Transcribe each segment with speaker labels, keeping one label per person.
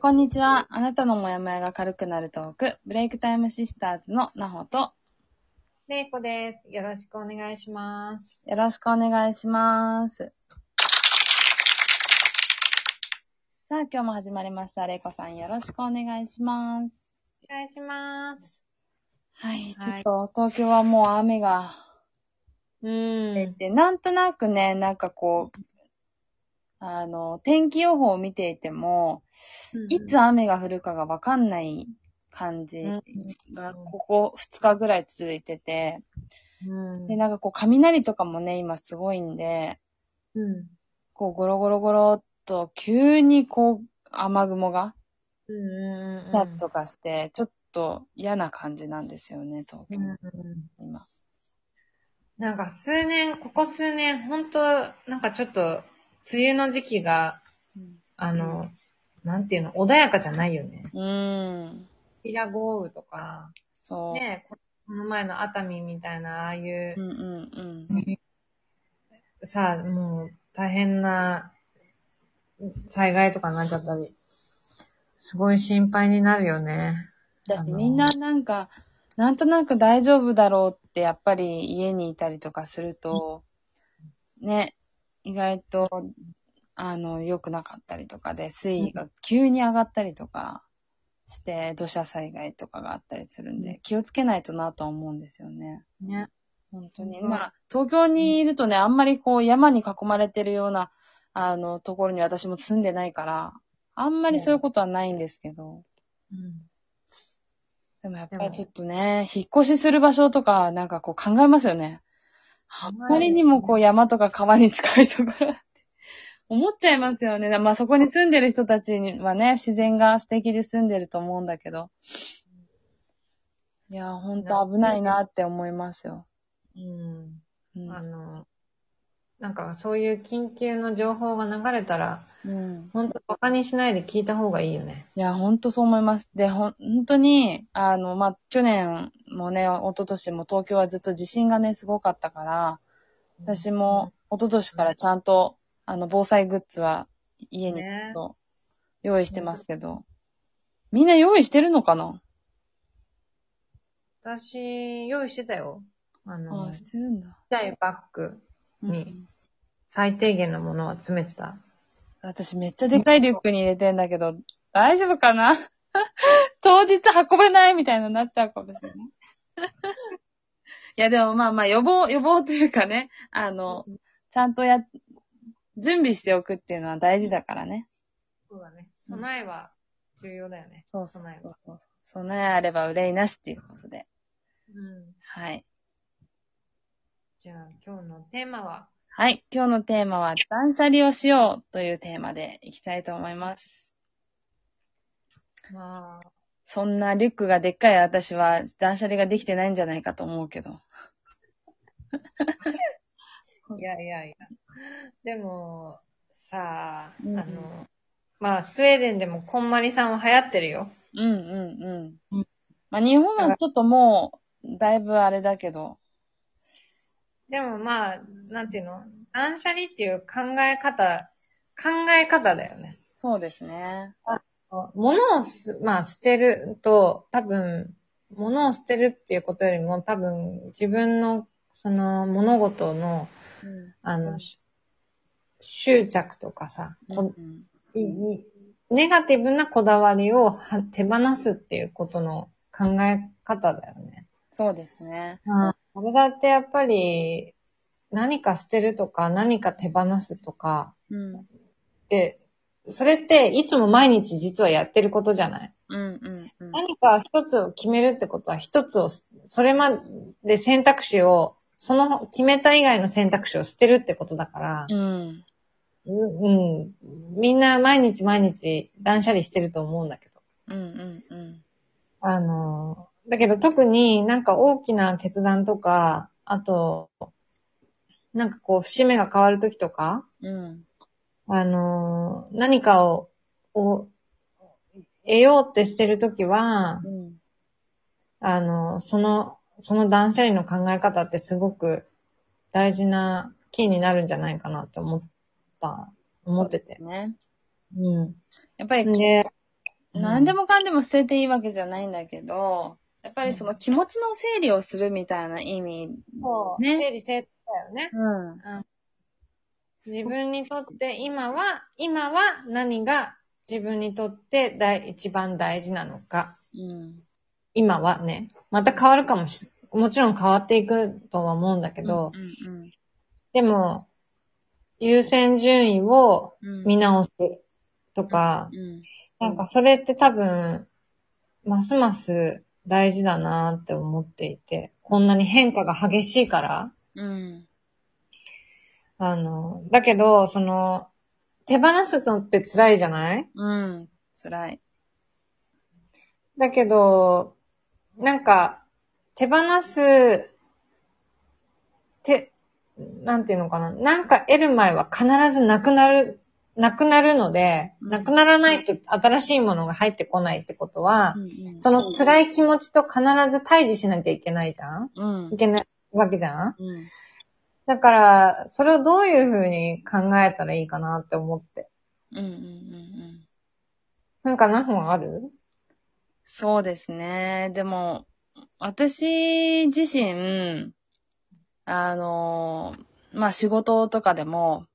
Speaker 1: こんにちは。あなたのモヤモヤが軽くなるトーク、ブレイクタイムシスターズのなほと、
Speaker 2: れいこです。よろしくお願いします。
Speaker 1: よろしくお願いします。さあ、今日も始まりました。れいこさん、よろしくお願いします。
Speaker 2: お願いします。
Speaker 1: はい、ち
Speaker 2: はい
Speaker 1: ょっと、東京はもう雨が
Speaker 2: う
Speaker 1: で
Speaker 2: ん。
Speaker 1: で、なんとなくね、なんかこう、あの、天気予報を見ていても、いつ雨が降るかがわかんない感じ
Speaker 2: うん
Speaker 1: が、ここ2日ぐらい続いてて、
Speaker 2: うん
Speaker 1: で、なんかこう、雷とかもね、今すごいんで、
Speaker 2: うん。
Speaker 1: こう、ゴロゴロゴロっと、急にこう、雨雲が、
Speaker 2: うん。
Speaker 1: だとかして、ちょっと嫌な感じなんですよね、東
Speaker 2: う
Speaker 1: 京、
Speaker 2: ん。
Speaker 1: 今。
Speaker 2: なんか数年、ここ数年、本当なんかちょっと、梅雨の時期が、あの、なんていうの、穏やかじゃないよね。
Speaker 1: うん、
Speaker 2: イラ豪雨とか、
Speaker 1: そう。
Speaker 2: ね、この前の熱海みたいな、ああいう
Speaker 1: うん、うん、
Speaker 2: さあ、もう、大変な、災害とかになっちゃったり、すごい心配になるよね。
Speaker 1: だ
Speaker 2: あ
Speaker 1: し
Speaker 2: の
Speaker 1: みんななんか、なんとなく大丈夫だろうってやっぱり家にいたりとかすると、ね、意外と、あの、良くなかったりとかで、水位が急に上がったりとかして、土砂災害とかがあったりするんで、気をつけないとなとは思うんですよね。
Speaker 2: ね。
Speaker 1: 本当に。
Speaker 2: うん
Speaker 1: まあ、東京にいるとね、あんまりこう山に囲まれてるような、あの、ところに私も住んでないから、あんまりそういうことはないんですけど。でもやっぱりちょっとね、引っ越しする場所とか、なんかこう考えますよね。あんまりにもこう山とか川に近いところって思っちゃいますよね。まあそこに住んでる人たちにはね、自然が素敵で住んでると思うんだけど。いや、ほんと危ないなって思いますよ。
Speaker 2: うん。
Speaker 1: う
Speaker 2: あ
Speaker 1: ん。
Speaker 2: の、なんかそういう緊急の情報が流れたら、
Speaker 1: うん、
Speaker 2: 本当バカにしないで聞いた方がいいよね。
Speaker 1: いや、ほんとそう思います。で、ほん、本当に、あの、まあ、去年もね、一昨年も東京はずっと地震がね、すごかったから、私も、一昨年からちゃんと、あの、防災グッズは家に
Speaker 2: ね
Speaker 1: と用意してますけど、みんな用意してるのかな
Speaker 2: 私、用意してたよ。あ
Speaker 1: あ
Speaker 2: の、
Speaker 1: あ、
Speaker 2: ち
Speaker 1: し
Speaker 2: って
Speaker 1: るんだ。
Speaker 2: ちゃいバッグ、
Speaker 1: うん
Speaker 2: ね最低限のものは詰めてた。
Speaker 1: 私めっちゃでかいリュックに入れてんだけど、大丈夫かな 当日運べないみたいなのになっちゃうかもしれない。いや、でもまあまあ予防、予防というかね、あの、ちゃんとや、準備しておくっていうのは大事だからね。
Speaker 2: そうだね。備えは重要だよね。
Speaker 1: そうそう
Speaker 2: 備え
Speaker 1: そう
Speaker 2: は。
Speaker 1: そう。備えあれば憂いなしっていうことで。
Speaker 2: うん。
Speaker 1: はい。
Speaker 2: じゃあ今日のテーマは、
Speaker 1: はい。今日のテーマは、断捨離をしようというテーマでいきたいと思います。
Speaker 2: まあ、
Speaker 1: そんなリュックがでっかい私は、断捨離ができてないんじゃないかと思うけど。
Speaker 2: いやいやいや。でも、さあ、
Speaker 1: うん
Speaker 2: あの、まあ、スウェーデンでもこんまりさんは流行ってるよ。
Speaker 1: うんうんう
Speaker 2: うんん。
Speaker 1: まあ、日本はちょっともう、だいぶあれだけど。
Speaker 2: でもまあ、なんていうの断捨離っていう考え方、考え方だよね。
Speaker 1: そうですね。
Speaker 2: 物をす、まあ、捨てると、多分、物を捨てるっていうことよりも、多分、自分の、その、物事の、あ
Speaker 1: うん
Speaker 2: の、し執着とかさ、
Speaker 1: う
Speaker 2: こ
Speaker 1: んうん。
Speaker 2: いい、ネガティブなこだわりをは手放すっていうことの考え方だよね。
Speaker 1: そうですね。
Speaker 2: それだってやっぱり、何か捨てるとか、何か手放すとか、
Speaker 1: うん。
Speaker 2: で、それっていつも毎日実はやってることじゃない
Speaker 1: うんうんうん。
Speaker 2: 何か一つを決めるってことは一つを、それまで選択肢を、その決めた以外の選択肢を捨てるってことだから、
Speaker 1: うん。
Speaker 2: うん、うんみんな毎日毎日断捨離してると思うんだけど。
Speaker 1: うんうんうん。
Speaker 2: あの、だけど特になんか大きな決断とか、あと、なんかこう、節目が変わるときとか、
Speaker 1: うん。
Speaker 2: あの、何かを、を、得ようってしてるときは、
Speaker 1: うん。
Speaker 2: あの、その、その断捨離の考え方ってすごく大事なキーになるんじゃないかなって思った、思ってて。
Speaker 1: ね。
Speaker 2: うん。
Speaker 1: やっぱり、
Speaker 2: で、うん
Speaker 1: 何でもかんでも捨てていいわけじゃないんだけど、やっぱりその気持ちの整理をするみたいな意味。
Speaker 2: そう。
Speaker 1: ね
Speaker 2: 整理整頓だよね。
Speaker 1: うん。
Speaker 2: 自分にとって今は、今は何が自分にとって大一番大事なのか。
Speaker 1: うん。
Speaker 2: 今はね、また変わるかもし、もちろん変わっていくとは思うんだけど、
Speaker 1: うん
Speaker 2: でも、優先順位を
Speaker 1: うん。
Speaker 2: 見
Speaker 1: な、
Speaker 2: 直すとか、
Speaker 1: うん。うん
Speaker 2: なんかそれって多分、ますます大事だなって思っていて、こんなに変化が激しいから、
Speaker 1: うん。
Speaker 2: あの、だけど、その、手放すのって辛いじゃない
Speaker 1: うん。辛い。
Speaker 2: だけど、なんか、手放す、て、なんていうのかな。なんか得る前は必ずなくなる、なくなるので、
Speaker 1: うん
Speaker 2: なくならないと新しいものが入ってこないってことは、
Speaker 1: うん
Speaker 2: その辛
Speaker 1: い。
Speaker 2: い気持ちと必ず対峙しなきゃいけないじゃん
Speaker 1: うん
Speaker 2: い。けないわけじゃん
Speaker 1: うん。
Speaker 2: だから、それをどういう風に考えたらいいかなって思って。
Speaker 1: うんうんうんうん。
Speaker 2: なんか何本ある
Speaker 1: そうですね。でも、私自身、あの、まあ、仕事とかでも、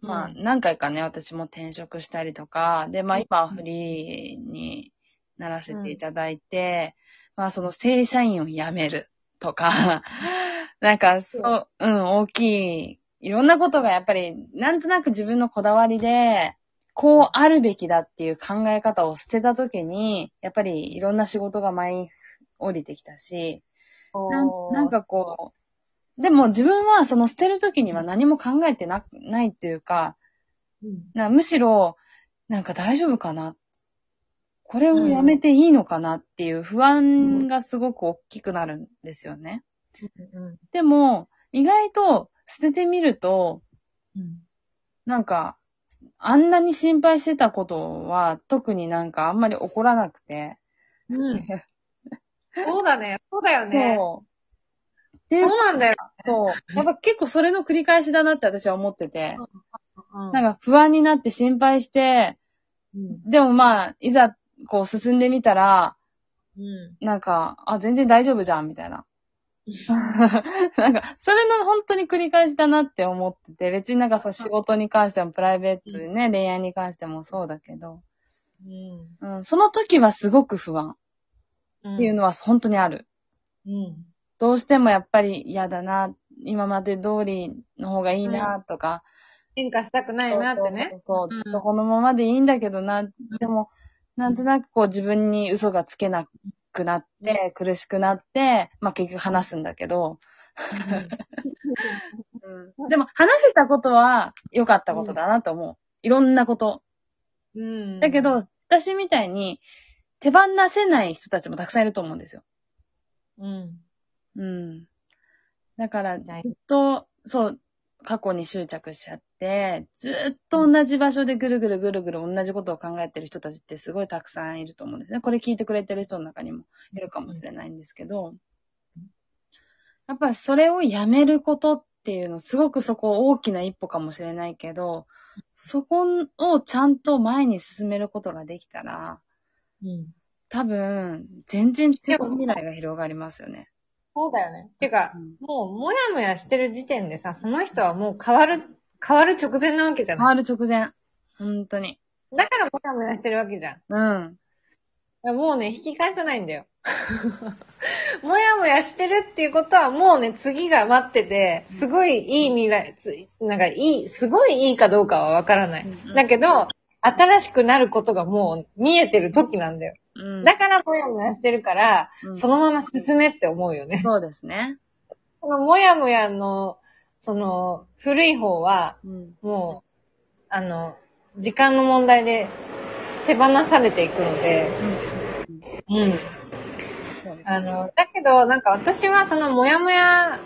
Speaker 1: まあ、
Speaker 2: うん
Speaker 1: 何回かね、私も転職したりとか、で、まあ、今は
Speaker 2: うん
Speaker 1: フリーにならせていただいて、まあ、その正社員を辞めるとか、 なんか、そう、うん、大きい、いろんなことがやっぱり、なんとなく自分のこだわりで、こうあるべきだっていう考え方を捨てたときに、やっぱりいろんな仕事が舞い降りてきたし、なんなん、かこう、でも自分はその捨てるときには何も考えてな、ないっていうか、
Speaker 2: うん
Speaker 1: なむしろ、なんか大丈夫かなこれをやめていいのかなっていう不安がすごく大きくなるんですよね。
Speaker 2: うん
Speaker 1: でも、意外と捨ててみると、
Speaker 2: うん
Speaker 1: なんか、あんなに心配してたことは、特になんかあんまり起こらなくて。
Speaker 2: うん、 そうだね。そうだよね。
Speaker 1: そう。で
Speaker 2: そう、なんだよ。
Speaker 1: そう。やっぱ結構それの繰り返しだなって私は思ってて。
Speaker 2: うん
Speaker 1: なんか不安になって心配して、でもまあ、いざ、こう進んでみたら、
Speaker 2: うん
Speaker 1: なんか、あ、全然大丈夫じゃん、みたいな。 なんか、それの本当に繰り返しだなって思ってて、別になんかそう仕事に関してもプライベートでね、恋愛に関してもそうだけど、
Speaker 2: うん
Speaker 1: うん、その時はすごく不安。
Speaker 2: うん
Speaker 1: っていうのは本当にある。
Speaker 2: うん
Speaker 1: どうしてもやっぱり嫌だな、今まで通りの方がいいなとか、
Speaker 2: 変化したくないなってね。
Speaker 1: そうそう
Speaker 2: う
Speaker 1: そ
Speaker 2: ん
Speaker 1: う、どこのままでいいんだけどな、でも、なんとなくこう自分に嘘がつけなくなって、苦しくなって、まあ結局話すんだけど、でも話せたことは良かったことだなと思う。いろんなこと。
Speaker 2: うん
Speaker 1: だけ、ど、私みたいに手放せない人たちもたくさんいると思うんですよ。
Speaker 2: うん
Speaker 1: うん。だから、ず
Speaker 2: 大
Speaker 1: っと、そう、過去に執着しちゃって、ずっと同じ場所でぐるぐるぐるぐる同じことを考えてる人たちってすごいたくさんいると思うんですね。これ聞いてくれてる人の中にもいるかもしれないんですけど、やっぱりそれをやめることっていうの、すごくそこ大きな一歩かもしれないけど、そこをちゃんと前に進めることができたら、
Speaker 2: うん
Speaker 1: 多分、全然違う未来が広がりますよね。
Speaker 2: そうだよね。てか
Speaker 1: う、ん
Speaker 2: もう、もやもやしてる時点でさ、その人はもう変わる、変わる直前なわけじゃない。
Speaker 1: 変わる直前。本当に。
Speaker 2: だからもやもやしてるわけじゃんだか
Speaker 1: うん。
Speaker 2: ら。もうね、引き返さないんだよ。 もやもやしてるっていうことは、もうね、次が待ってて、すごいいい未来、つなんかいい、すごいいいかどうかはわからない。だけど、新しくなることがもう見えてる時なんだよ。
Speaker 1: うん、
Speaker 2: だからもやもやしてるから、
Speaker 1: うん
Speaker 2: そのまま進めって思うよね。
Speaker 1: そうですね。
Speaker 2: このもやもやの、その、古い方は、
Speaker 1: うん。
Speaker 2: もう、あの、時間の問題で手放されていくので、うん。
Speaker 1: そうです
Speaker 2: あの、だけど、なんか私はそのもやもや、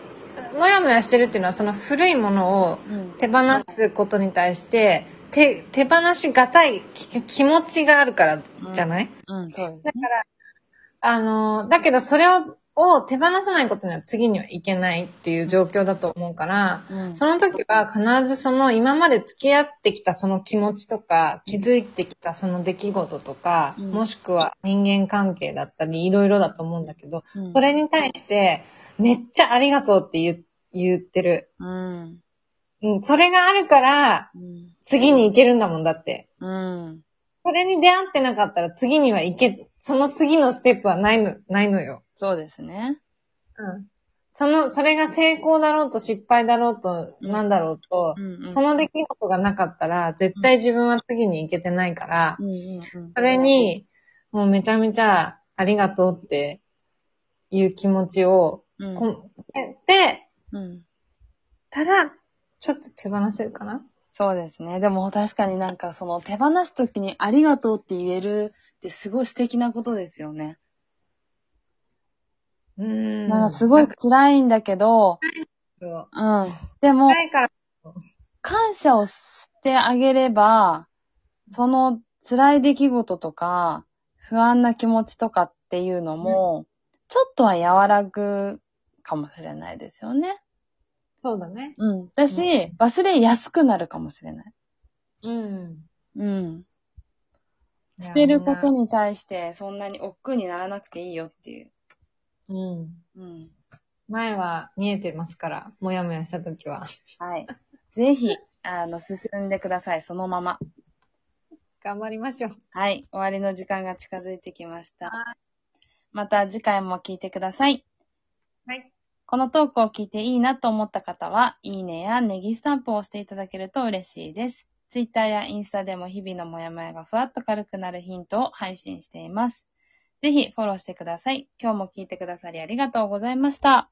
Speaker 2: もやもやしてるっていうのはその古いものを
Speaker 1: うん
Speaker 2: 手放すことに対して、手、手放しがたいき気持ちがあるからじゃない、
Speaker 1: うん、そうです
Speaker 2: だ
Speaker 1: ね
Speaker 2: から、あの、だけどそれをを手放さないことには次にはいけないっていう状況だと思うから、
Speaker 1: うん
Speaker 2: その時は必ずその今まで付き合ってきたその気持ちとか、気づいてきたその出来事とか、
Speaker 1: うん
Speaker 2: もしくは人間関係だったり、いろいろだと思うんだけど、
Speaker 1: うん
Speaker 2: それに対して、めっちゃありがとうって言う言ってる。
Speaker 1: うん。
Speaker 2: うん、それがあるから、
Speaker 1: うん。
Speaker 2: 次に行けるんだもんだって。
Speaker 1: うん。
Speaker 2: それに出会ってなかったら次には行け、その次のステップはないの、ないのよ。
Speaker 1: そうですね。
Speaker 2: うん。その、それが成功だろうと失敗だろうと、
Speaker 1: うん
Speaker 2: なんだろうと、
Speaker 1: うんうん
Speaker 2: その出来事がなかったら、絶対自分は次に行けてないから
Speaker 1: う、んうんうん
Speaker 2: それに、もうめちゃめちゃありがとうっていう気持ちを、
Speaker 1: うん
Speaker 2: こんで、
Speaker 1: うん。
Speaker 2: たら、ちょっと手放せるかな
Speaker 1: そうですね。でも確かになんかその手放すときにありがとうって言えるってすごい素敵なことですよね。
Speaker 2: うーん
Speaker 1: なんかすごい辛いんだけど、
Speaker 2: 辛
Speaker 1: うん。でも、
Speaker 2: いから、
Speaker 1: 感謝をしてあげれば、その辛い出来事とか、不安な気持ちとかっていうのも、ちょっとは和らぐかもしれないですよね。
Speaker 2: そうだね。
Speaker 1: うん。だし、忘れやすくなるかもしれない。
Speaker 2: うん。
Speaker 1: うん。捨てることに対して、そんなに億劫にならなくていいよっていう。
Speaker 2: うん。
Speaker 1: うん。
Speaker 2: 前は見えてますから、もやもやしたときは。
Speaker 1: はい。 ぜひ、あの、進んでください。そのまま。
Speaker 2: 頑張りましょう。
Speaker 1: はい。終わりの時間が近づいてきました
Speaker 2: は。
Speaker 1: また次回も聞いてください。
Speaker 2: はい。
Speaker 1: このトークを聞いていいなと思った方は、いいねやネギスタンプを押していただけると嬉しいです。ツイッターやインスタでも日々のモヤモヤがふわっと軽くなるヒントを配信しています。ぜひフォローしてください。今日も聞いてくださりありがとうございました。